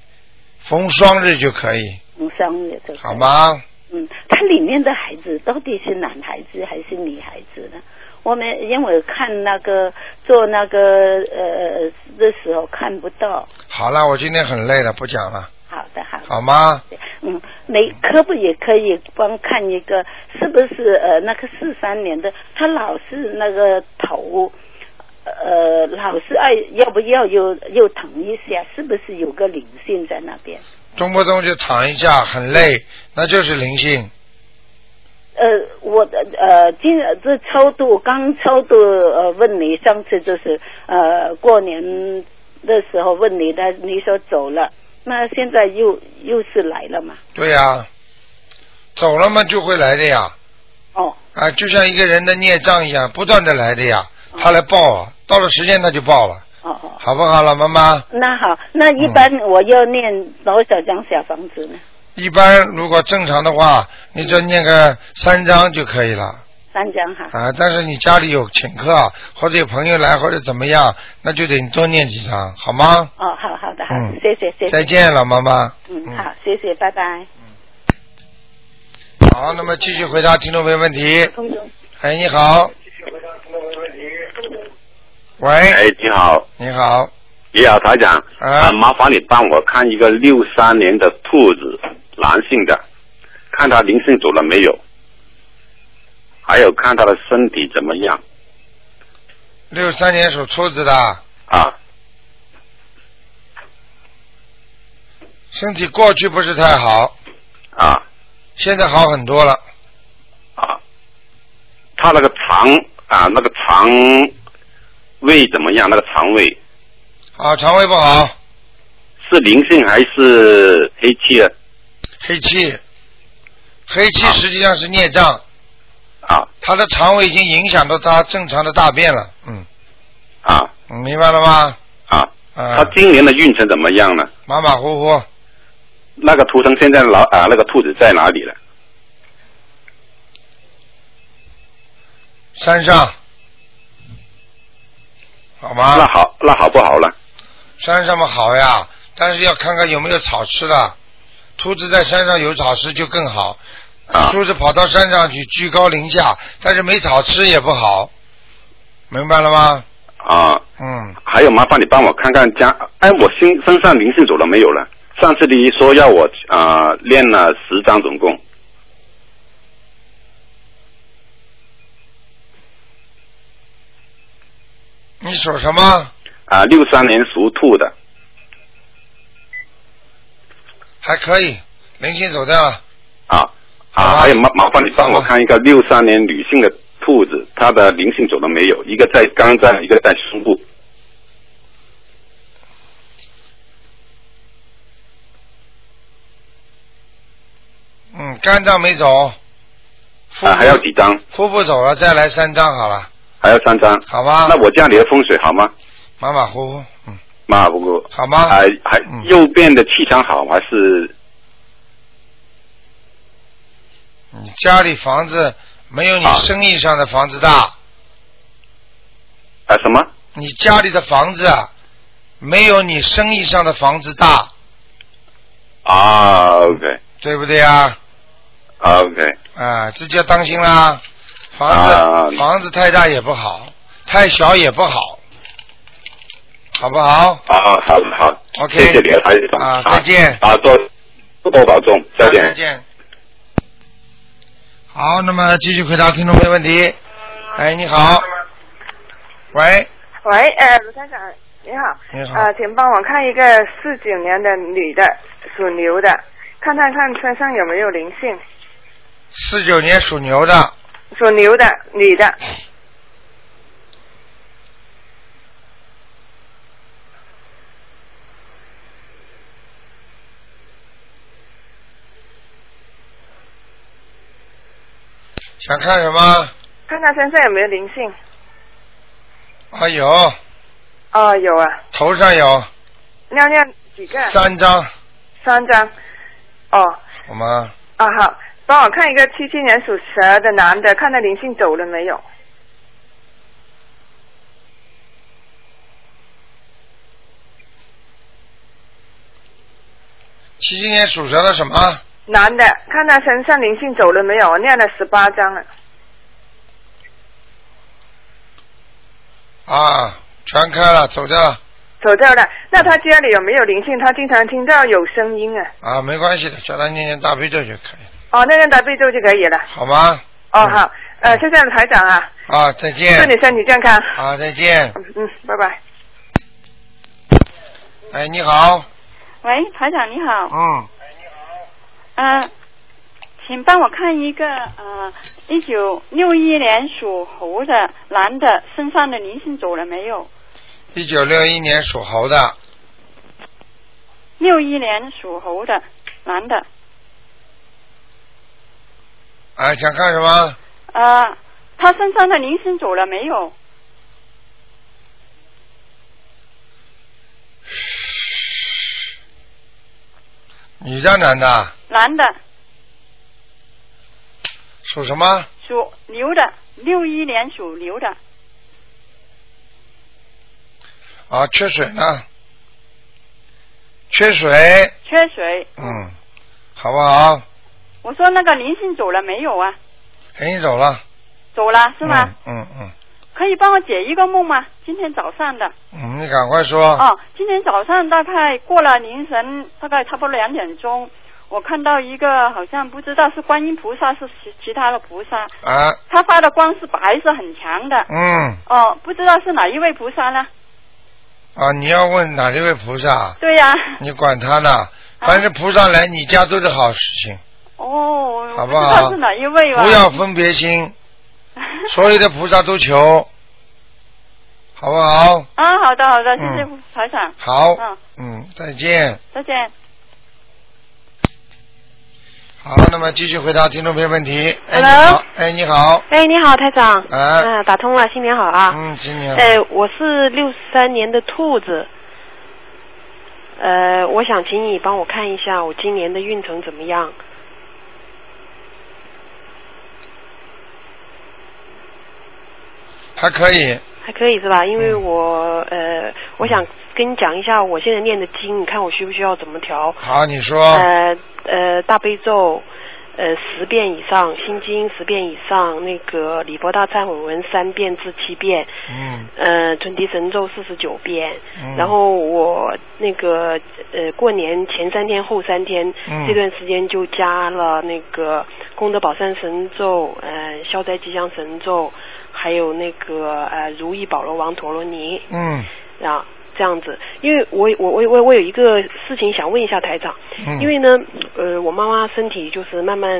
逢双日就可以，从商业的，好？吗？嗯，它里面的孩子到底是男孩子还是女孩子呢？我们因为看那个做那个呃的时候看不到，好了，我今天很累了，不讲了，好的好的，好吗？嗯，你可不也可以帮看一个是不是呃那个四三年的，他老是那个头，呃老是爱要不要又又疼一下，是不是有个灵性在那边？动不动就躺一下，很累，那就是灵性。呃，我的呃，今这超度刚超度呃，问你上次就是呃过年的时候问你的，你说走了，那现在又又是来了嘛？对呀、走了嘛就会来的呀，哦，啊，就像一个人的孽障一样，不断的来的呀，他来报啊，到了时间他就报了，哦哦，好不好，老妈妈？那好，那一般我要念多少张小房子呢？一般如果正常的话，你就念个三章就可以了三张哈。啊。但是你家里有请客啊或者有朋友来或者怎么样，那就得多念几张，好吗？哦，好好的，好，嗯谢谢谢谢。再见，老妈妈。嗯，好，谢谢，拜拜。好，那么继续回答听众朋友问题。哎，你好。喂，哎，你好，你好，你好，台长，啊啊，麻烦你帮我看一个六三年的兔子，男性的，看他灵性走了没有，还有看他的身体怎么样六三年属兔子的，啊？身体过去不是太好，啊现在好很多了。啊，他那个肠啊，那个肠胃怎么样？那个肠胃啊，肠胃不好，是灵性还是黑气啊？黑气，黑气实际上是孽障，啊他的肠胃已经影响到他正常的大便了。嗯，啊嗯明白了吗？啊！他啊，今年的运程怎么样呢？马马虎虎，那个图腾现在老啊，那个兔子在哪里了？山上，好那吗？好，那好不好了？山上嘛好呀，但是要看看有没有草吃的。兔子在山上有草吃就更好，啊兔子跑到山上去居高临下，但是没草吃也不好，明白了吗？啊，嗯，还有麻烦你帮我看看家，哎，我身身上灵性走了没有了？上次你说要我啊、练了十张总共，你属什么？啊、六三年属兔的，还可以，灵性走掉了。啊好啊，啊还有麻麻烦你帮好我啊看一个六三年女性的兔子，她的灵性走了没有？一个在肝脏，一个在胸部，嗯，肝脏没走，腹啊啊，还要部几张？腹部走了，再来三张好了，还要三张。好吧那？我家里的风水好吗？马马虎虎，嗯，马不过，好吗？还还嗯右边的气场好还是你家里房子没有你啊生意上的房子大，啊什么？你家里的房子啊，没有你生意上的房子大，啊，OK 对不对啊？啊 OK 啊，自己要当心啦，房子、啊房子太大也不好，太小也不好，好不好？啊，好好 OK 谢谢你，台长啊再见啊啊，多多保重，再见。再见。好，那么继续回答听众朋友问题。哎，你好。喂，喂，呃，卢台长，你好。你好呃，请帮我看一个四九年的女的，属牛的，看看看身上有没有灵性。四九年属牛的，属牛的女的，想看什么？看她身上有没有灵性。啊，有，哦，有啊，头上有尿尿几个？三张，三张。哦，好吗？啊好，帮我看一个七七年属蛇的男的，看他灵性走了没有？七七年属蛇的什么？男的，看他身上灵性走了没有？我念了十八张了。啊，全开了，走掉了。走掉了，那他家里有没有灵性？他经常听到有声音啊。啊，没关系的，叫他念念大悲咒就可以了，哦，那让他背咒就可以了。好吗？哦，嗯好，呃，谢谢台长啊，啊，再祝见。你身体健康。啊，再见。嗯嗯，拜拜。哎，你好。啊喂，台长你好，嗯，嗯、呃，请帮我看一个呃，一九六一年属猴的男的身上的灵性走了没有？一九六一年属猴的，六一年属猴的男的，啊，想看什么？呃，他身上的灵性走了没有？女的男的？男的属什么？属牛的，六一年属牛的，啊，缺水呢？缺水，缺水。嗯，好不好？我说那个灵性走了没有啊？人已经走了，走了是吗？嗯嗯可以帮我解一个梦吗？今天早上的。嗯，你赶快说。哦，今天早上大概过了凌晨，大概差不多两点钟，我看到一个好像不知道是观音菩萨是其其他的菩萨，啊，他发的光是白，是很强的。嗯哦，不知道是哪一位菩萨呢？啊，你要问哪一位菩萨？对呀、 你管他啊呢，凡是菩萨来你家都是好事情，哦，好不不知好道是哪一位吧？不要分别 心，所有的菩萨都求，好不好？啊，好的好的，谢谢嗯台长。好嗯，嗯，再见。再见。好，那么继续回答听众朋友问题。哎，你 Hello 好，哎，你好，哎，你好，台长。哎嗯，打通了，新年好啊。嗯，新年好。哎，我是六三年的兔子。呃，我想请你帮我看一下我今年的运程怎么样？还可以，还可以是吧？因为嗯我、呃，我想跟你讲一下我现在念的经，你看我需不需要怎么调？好，你说，呃呃，大悲咒呃十遍以上，心经十遍以上，那个礼佛大忏悔文三遍至七遍，嗯呃准提神咒四十九遍，嗯然后我那个呃过年前三天后三天、嗯这段时间就加了那个功德宝山神咒，呃消灾吉祥神咒，还有那个呃如意宝罗王陀罗尼，嗯啊，这样子，因为我我我我我有一个事情想问一下台长，嗯因为呢，呃，我妈妈身体就是慢慢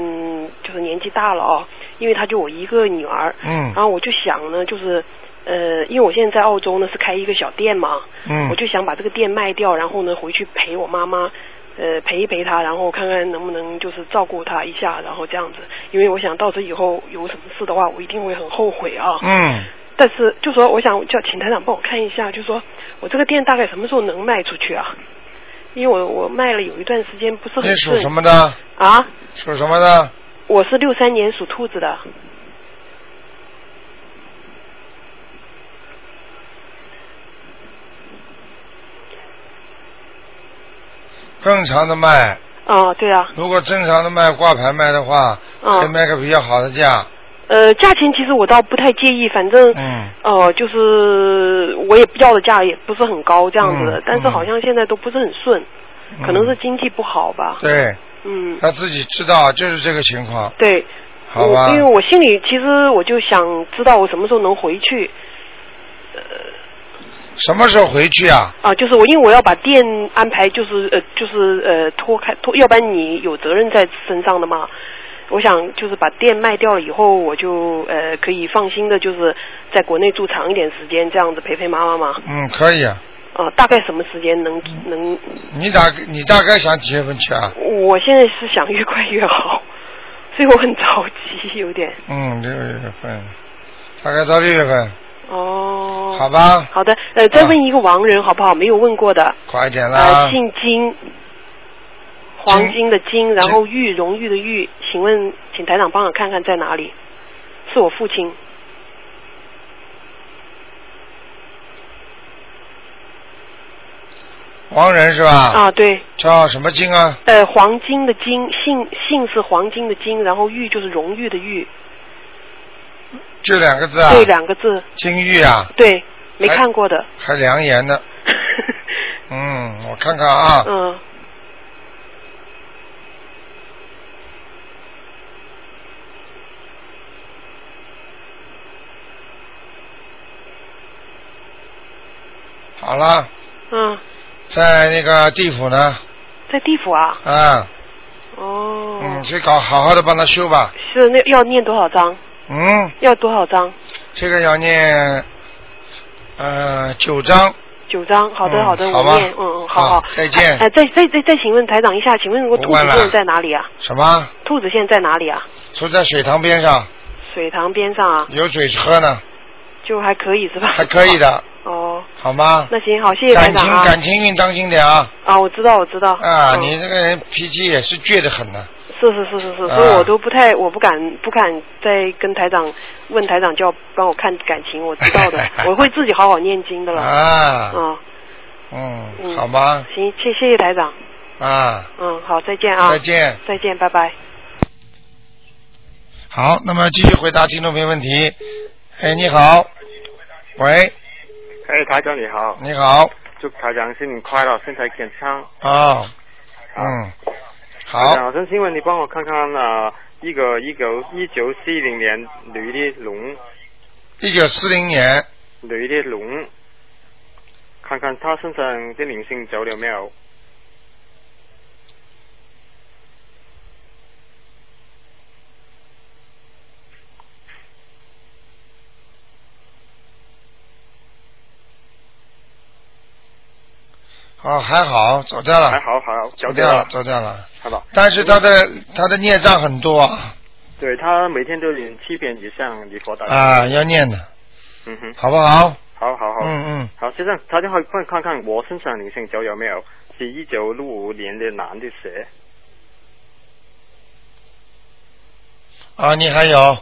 就是年纪大了哦，因为她就我一个女儿，嗯然后我就想呢，就是呃，因为我现在在澳洲呢是开一个小店嘛，嗯我就想把这个店卖掉，然后呢回去陪我妈妈。呃，陪一陪她，然后看看能不能就是照顾她一下，然后这样子，因为我想到时以后有什么事的话，我一定会很后悔啊。嗯，但是就说我想叫请台长帮我看一下，就说我这个店大概什么时候能卖出去啊？因为我我卖了有一段时间不是你很属顺什么的？啊，属什么的？我是六三年属兔子的，正常的卖。哦，对啊。如果正常的卖挂牌卖的话，嗯可以卖个比较好的价。呃，价钱其实我倒不太介意，反正嗯呃，就是我也要的价也不是很高这样子的，嗯但是好像现在都不是很顺，嗯可能是经济不好吧。对，嗯，他自己知道就是这个情况，对，好我吧因？为我心里其实我就想知道我什么时候能回去，呃什么时候回去啊？啊，就是我，因为我要把店安排，就是呃，就是呃，脱开脱，要不然你有责任在身上的嘛。我想就是把店卖掉了以后，我就呃可以放心的，就是在国内住长一点时间，这样子陪陪妈妈嘛。嗯，可以啊。啊，大概什么时间能能？你大你大概想几月份去啊？我现在是想越快越好，所以我很着急，有点。嗯，六月份，大概到六月份，哦。好。吧？好的，呃，再问一个亡人好不好？没有问过的，快一点啦呃，。姓金，黄金的金，然后玉荣誉的玉，请问，请台长帮我看看在哪里？是我父亲，王仁是吧？啊对。叫什么金啊？呃，黄金的金，姓姓是黄金的金，然后玉就是荣誉的玉，就两个字啊？对，两个字，金玉啊，对，没哎看过的，还良言 呢。嗯，我看看啊。呃嗯，好了，嗯，在那个地府呢，在地府啊，啊，哦，嗯，嗯，去搞好好的帮他修吧。是那要念多少章？嗯，要多少章？这个要念呃九章。九章。好的，嗯好的，好我吧念。嗯嗯，好好。啊再见哎，哎再再再再，请问台长一下，请问我不兔子问了现在在哪里啊？什么？兔子现在在哪里啊？说在水塘边上水塘边上啊，有水 喝呢，就还可以是吧？还可以的， 哦，好吗？那行好，谢谢台感长情啊。感情运当心点啊！啊，我知道，我知道。啊，嗯你这个人脾气也是倔得很呢。是是是是是，啊所以我都不太，我不敢不敢再跟台长问台长叫帮我看感情，我知 道的，我会自己好好念经的了。啊嗯，嗯，嗯好吗？行，谢谢谢台长，啊，嗯，好，再见啊，再见，再见，拜拜。好，那么继续回答听众朋友问题。哎，你好，喂，哎，台长你好，你好，祝台长新年快乐，身体健康。啊，嗯，台好，长我想请问你帮我看看啊、呃一个一九一九四零年女的龙，一九四零年女的龙，看看她身上的灵性走了没有？啊，还好，走掉了，还好还好，走走掉掉了，了，走掉了。好吧。嗯但是他的他的孽障很多啊，对她每天都念七遍以上的佛大。啊，要念的，嗯哼，好不好？好好好，嗯嗯，好，先生，台长可以帮我看看我身上灵性走有没有？是一九六五年的男的蛇，啊，你还有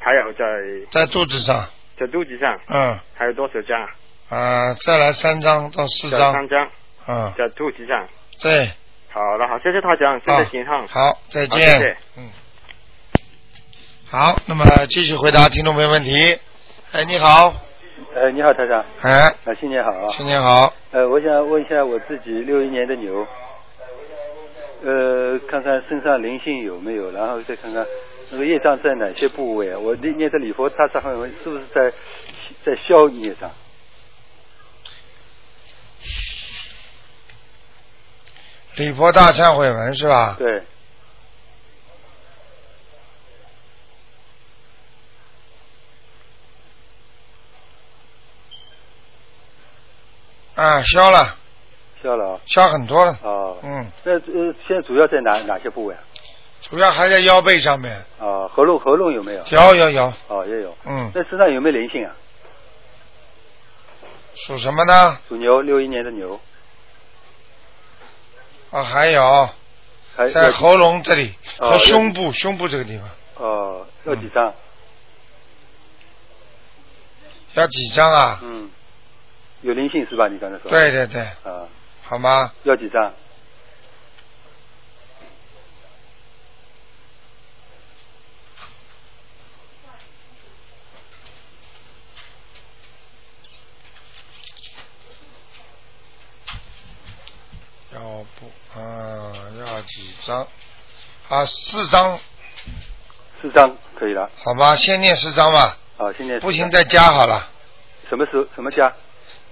还有在在肚子上，在肚子上嗯，还有多少张啊？啊，再来三张到四在张，三张，嗯，在肚子上。对，好了，好，谢谢台长，身体健康。好，再好见谢谢。嗯，好，那么继续回答听众朋友问题。哎，你好，呃，你好，台长。哎，啊，新年好啊！新年好。呃，我想问一下我自己六一年的牛，呃，看看身上灵性有没有，然后再看看那个业障在哪些部位啊。我念念的礼佛大忏悔文是不是在在消业障？礼佛大忏悔文是吧？对，啊，消了，消了啊。消很多了。哦。嗯，那呃，现在主要在哪哪些部位啊？主要还在腰背上面。啊，喉咙喉咙有没有？有有有。哦，也有。嗯，那身上有没有灵性啊？属什么呢？属牛，六一年的牛。啊，还有还在喉咙这里哦和胸部，胸部这个地方哦，要几嗯张？要几张啊？嗯，有灵性是吧？你刚才说。对对对，啊，好吗？要几张？要不啊，要几张？啊，四张，四张可以了。好吧，先念四张吧，啊，现在不行再加好了。什么时候什么加？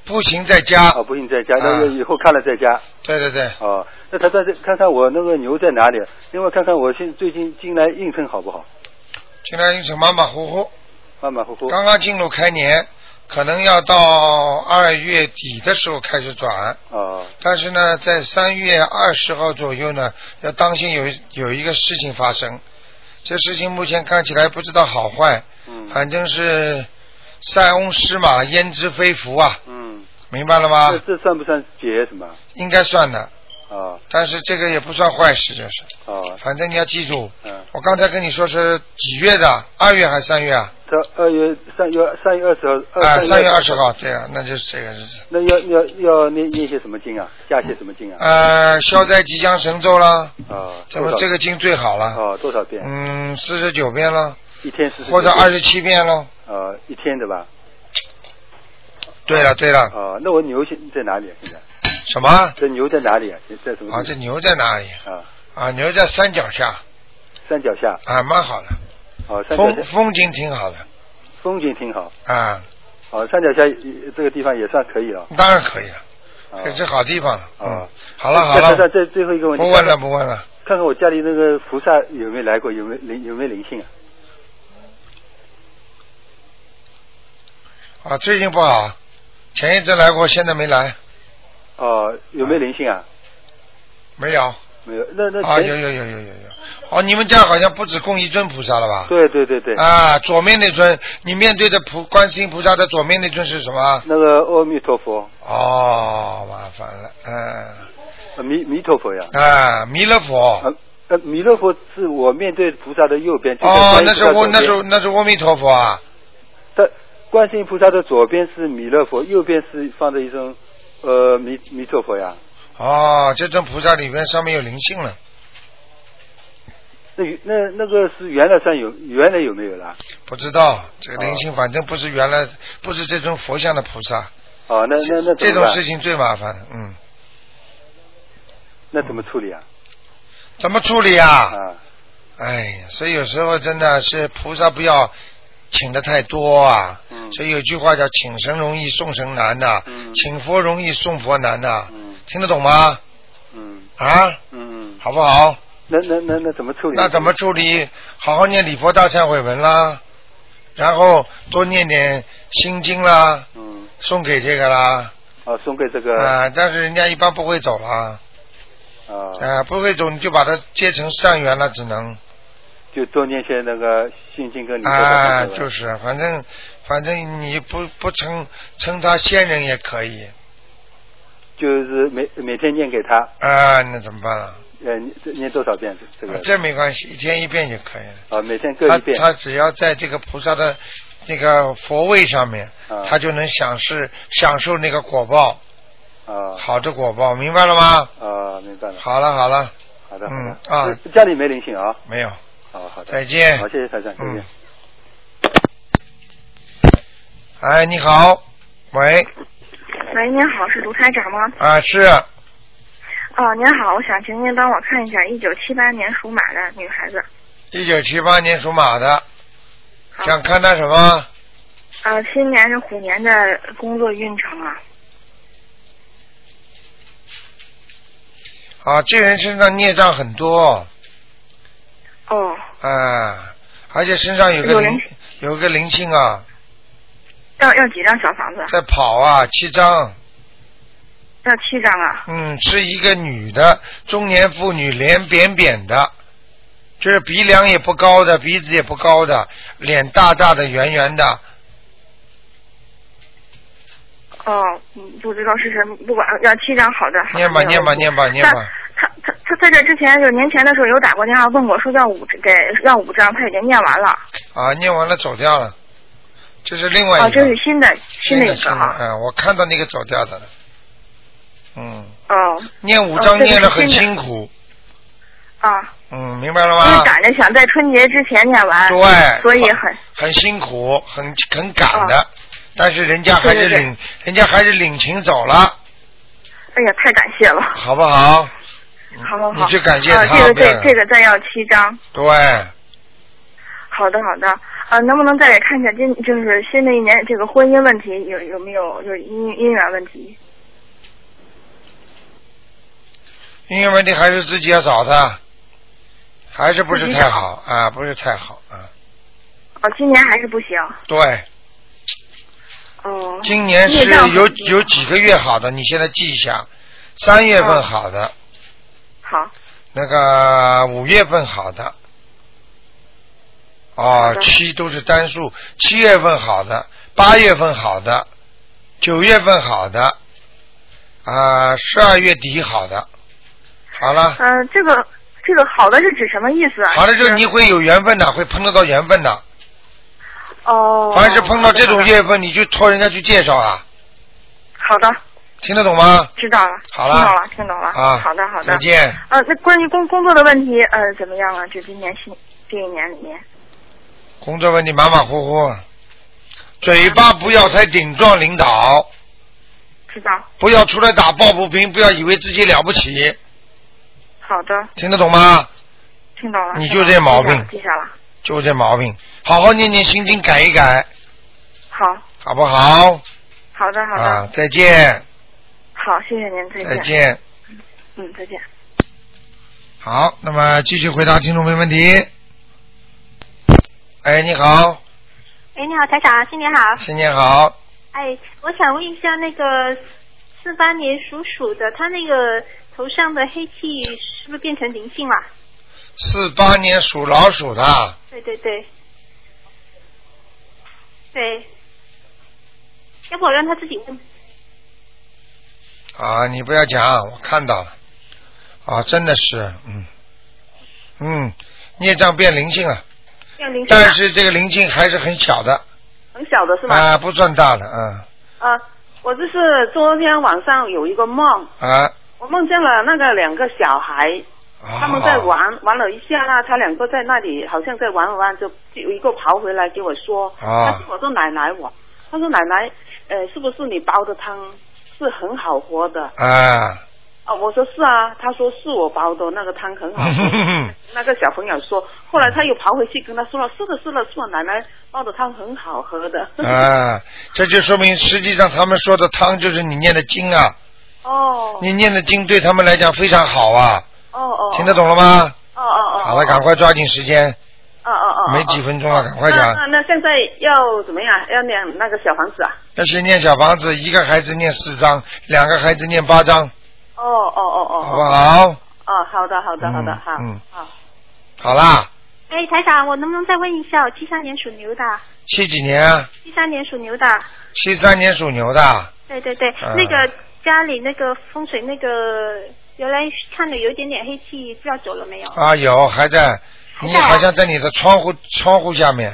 不行再加。啊，不行再加，啊那个以后看了再加。对对对，啊，那他再看看我那个牛在哪里，另外看看我现最近进来运程好不好，进来运程马马虎虎，马马虎虎。刚刚进入开年，可能要到二月底的时候开始转。啊，但是呢，在三月二十号左右呢，要当心有一有一个事情发生。这事情目前看起来不知道好坏，嗯反正是塞翁失马焉知非福啊，嗯，明白了吗这？这算不算劫什么？应该算的，啊但是这个也不算坏事，这是。啊，反正你要记住，嗯，我刚才跟你说是几月的？二月还是三月啊？他二月三月三月二十号，啊，呃三三月二十号，号，对啊，那就是这个日子。那要要要念念些什么经啊？加些什么经啊？呃，消灾吉祥神咒啦，啊，这么这个经最好了，啊，多少遍？嗯，四十九遍了，一天四十。或者二十。七遍喽。啊，一天对吧？对了对了，啊，那我牛现在哪里啊？现在？什么？这牛在哪里啊？在在什么地方？啊，这牛在哪里？啊，啊，牛在山脚下，山脚下。啊，蛮好的，哦，山脚风下风景挺好的，风景挺好。啊，哦，山脚下呃这个地方也算可以了。当然可以了，啊这是好地方了。嗯啊好了好了那那那最最后一个问题，不问了不问了。看看看我家里那个菩萨有没有来过，有没有灵有没有灵性啊？啊，最近不好，前一阵来过，现在没来，哦，有没有灵性啊？没有。没有，那那啊，前有有有有有有。哦，你们家好像不止供一尊菩萨了吧？对对对对。啊，左面那尊，你面对的菩观世音菩萨的左面那尊是什么？那个阿弥陀佛，哦，麻烦了，嗯、呃弥弥陀佛呀。啊，弥勒佛。呃呃，弥勒佛是我面对菩萨的右边。就在观哦，音那菩是萨我左边那是那是阿弥陀佛啊。但观世音菩萨的左边是弥勒佛，右边是放着一尊呃弥弥陀佛呀。哦，这尊菩萨里边上面有灵性了，那那那个是原来上有原来有没有啦？不知道这个灵性，反正不是原来不是这尊佛像的菩萨。哦，那那那怎这么种办事情最麻烦，嗯，那怎么处理啊？怎么处理啊？啊，哎呀，所以有时候真的是菩萨不要请的太多啊。嗯所以有句话叫“请神容易送神难”呐，请佛容易送佛难呐。听得懂吗？嗯啊，嗯，好不好？那那那那怎么处理？那怎么处理？好好念礼佛大忏悔文啦，然后多念点心经啦，嗯，送给这个啦。啊，送给这个啊，但是人家一般不会走啦，啊，啊，不会走你就把它结成善缘了，只能。就多念些那个心经跟你说的啊，是吧就是，反正反正你不不称称他仙人也可以就是每每天念给他，啊，那怎么办了？呃，念念多少遍这啊个？这没关系，一天一遍就可以了。啊，每天各他一遍。他只要在这个菩萨的那个佛位上面，啊他就能享受享受那个果报，啊好的果报，明白了吗？啊，明白了。好了好了，好的，好嗯的。啊这家里没灵性啊？没有。好好的。再见好，谢谢台长，再见。嗯哎，你好，喂，喂，您好，是卢台长吗？啊是哦，您好，我想请您帮我看一下，一九七八年属马的女孩子，一九七八年属马的，想看他什么？呃，今年是虎年的工作运程啊。啊，这人身上孽障很多哦，啊，而且身上有个有灵灵有个灵性啊，要要几张小房子？在跑啊，七张，要七张啊。嗯，是一个女的中年妇女，脸扁扁的，就是鼻梁也不高的，鼻子也不高的，脸大大的圆圆的，哦，嗯不知道是什么，不管要七张好的。好的念吧念吧念吧念。没有问吧题，他他他在这之前就年前的时候有打过电话问我说要五给要五张，他已经念完了。啊，念完了走掉了，这是另外一个，哦，这是新的新的的一新个的，哈。嗯，我看到那个走掉的了，嗯，哦。念五哦张这是念了很新辛的苦，啊。嗯，明白了因为吗？赶着想在春节之前念完，对所以很很辛苦，很很赶的，但是人家还是哦对对对领，人家还是领情走了，哎呀，太感谢了，好不好？好好好，嗯你去感谢啊他这个不要这这个再要七张，对，好的好的，啊，能不能再给看一下今就是新的一年这个婚姻问题有有没有就是姻姻缘问题？因为问题还是自己要找他，还是不是自己太找好啊，不是太好啊，哦，今年还是不行，对，哦，今年业是障很有多有几个月好的，你现在记一下，三月哦份好的，好，那个五月份好的，哦好，的七都是单数，七月份好的，八月份好的，九月份好的，啊，十二月底好的，好了，呃，这个这个好的是指什么意思啊？啊好了就是你会有缘分的，会碰得到缘分的，哦，凡是碰到这种好的月份，你就托人家去介绍啊，好的，听得懂吗？知道了，好了听懂了，听懂了，啊好的好的，再见。呃，那关于工工作的问题，呃，怎么样啊？就今年新这一年里面，工作问题马马虎虎，嘴巴不要太顶撞领导，知道？不要出来打抱不平，不要以为自己了不起，好的，听得懂吗？听懂了。你听懂就这了毛记下病了记下了。就这毛病，好好念念心经，改一改，好，好不好？好的，好的，啊，再见，好，谢谢您，再见，再见。嗯，再见。好，那么继续回答听众朋友问题。哎，你好，哎，你好，台长，新年好。新年好，哎，我想问一下那个四八年属鼠的，他那个头上的黑气是不是变成灵性了？四八年属老鼠的，对对对，对，要不我让他自己问。啊，你不要讲，我看到了，啊，真的是，嗯，嗯，孽障变灵性了，变灵性了但是这个灵性还是很小的，很小的是吗？啊，不算大的，嗯，啊，我就是昨天晚上有一个梦，啊，我梦见了那个两个小孩，他们在玩玩了一下啦，他两个在那里好像在玩玩，就有一个跑回来给我说，啊但是我说奶奶我，他说奶奶，呃，是不是你煲的汤是很好喝的？啊，啊，我说是啊，他说是我煲的那个汤很好 喝。那个小朋友说，后来他又跑回去跟他说了，是的，是的，是我奶奶煲的汤很好喝的。 啊，这就说明实际上他们说的汤就是你念的经啊，哦你念的经对他们来讲非常好啊，哦哦，听得懂了吗？哦哦哦，好了，赶快抓紧时间，哦哦哦，没几分钟了，赶快那讲。那那现在要怎么样？要念那个小房子啊？但是念小房子，一个孩子念四章，两个孩子念八章，哦哦哦哦，好不？好？哦，好的好的好的嗯好，嗯好，好啦，哎，台长，我能不能再问一下，我七三年属牛的，七几年啊？七三年属牛的，七三年属牛的，对对对，啊那个家里那个风水那个原来看着有一点点黑气，不知道走了没有？啊有还在，你在啊好像在你的窗户窗户下面，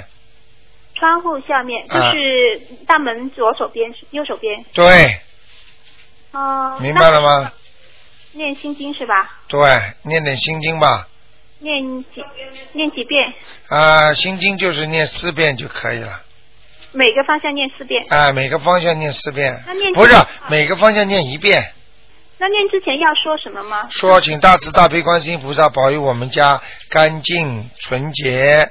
窗户下面就啊是大门左手边，右手边。对，哦、明白了？吗？念心经是吧？对，念点心经吧，念几念几遍？啊，心经就是念四遍就可以了，每个方向念四遍。啊，每个方向念四遍那念，不是几遍每个方向念一遍。那念之前要说什么吗？说，请大慈大悲观世音菩萨保佑我们家干净纯洁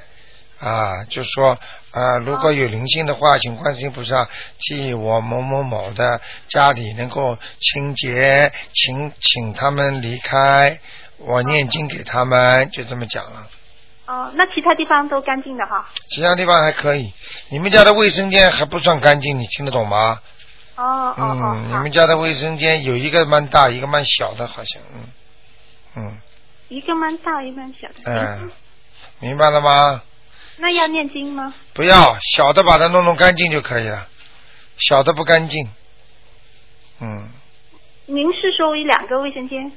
啊！就说啊，如果有灵性的哦话，请观世音菩萨替我某某某的家里能够清洁，请请他们离开，我念经给他们，就这么讲了。哦、那其他地方都干净的哈。其他地方还可以，你们家的卫生间还不算干净，你听得懂吗？哦哦哦，嗯，你们家的卫生间有一个蛮大，一个蛮小的，好像，嗯，嗯，一个蛮大，一个蛮小的。嗯，明白了吗？那要念经吗？不嗯要小的把它弄弄干净就可以了，小的不干净，嗯您是说有两个卫生间？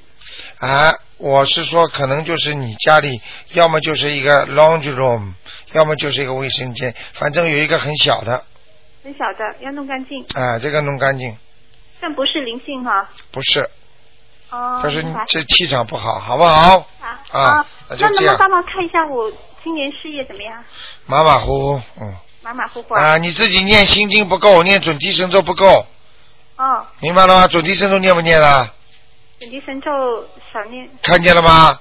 啊，我是说可能就是你家里要么就是一个 laundry room，要么就是一个卫生间，反正有一个很小的很小的，要弄干净，啊，这个弄干净但不是灵性哈。不是，哦，但是明白这气场不好，好不好？啊啊，那就那这能不能样，帮忙看一下我今年事业怎么样？马马虎虎，嗯马马虎虎啊，你自己念心经不够，念准提神咒不够，哦，明白了吗？准提神咒念不念了？准提神咒少念，看见了吗？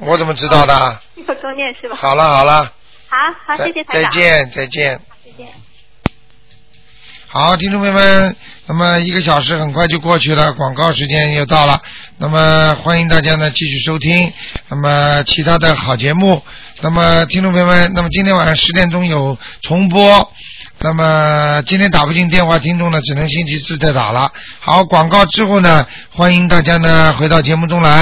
我怎么知道的？ 要多念是吧？好了好了，好好，再谢谢台再长。见再见。再见。好，听众朋友们，那么一个小时很快就过去了，广告时间又到了。那么欢迎大家呢继续收听，那么其他的好节目。那么听众朋友们，那么今天晚上十点钟有重播。那么今天打不进电话，听众呢只能星期四再打了。好，广告之后呢，欢迎大家呢回到节目中来。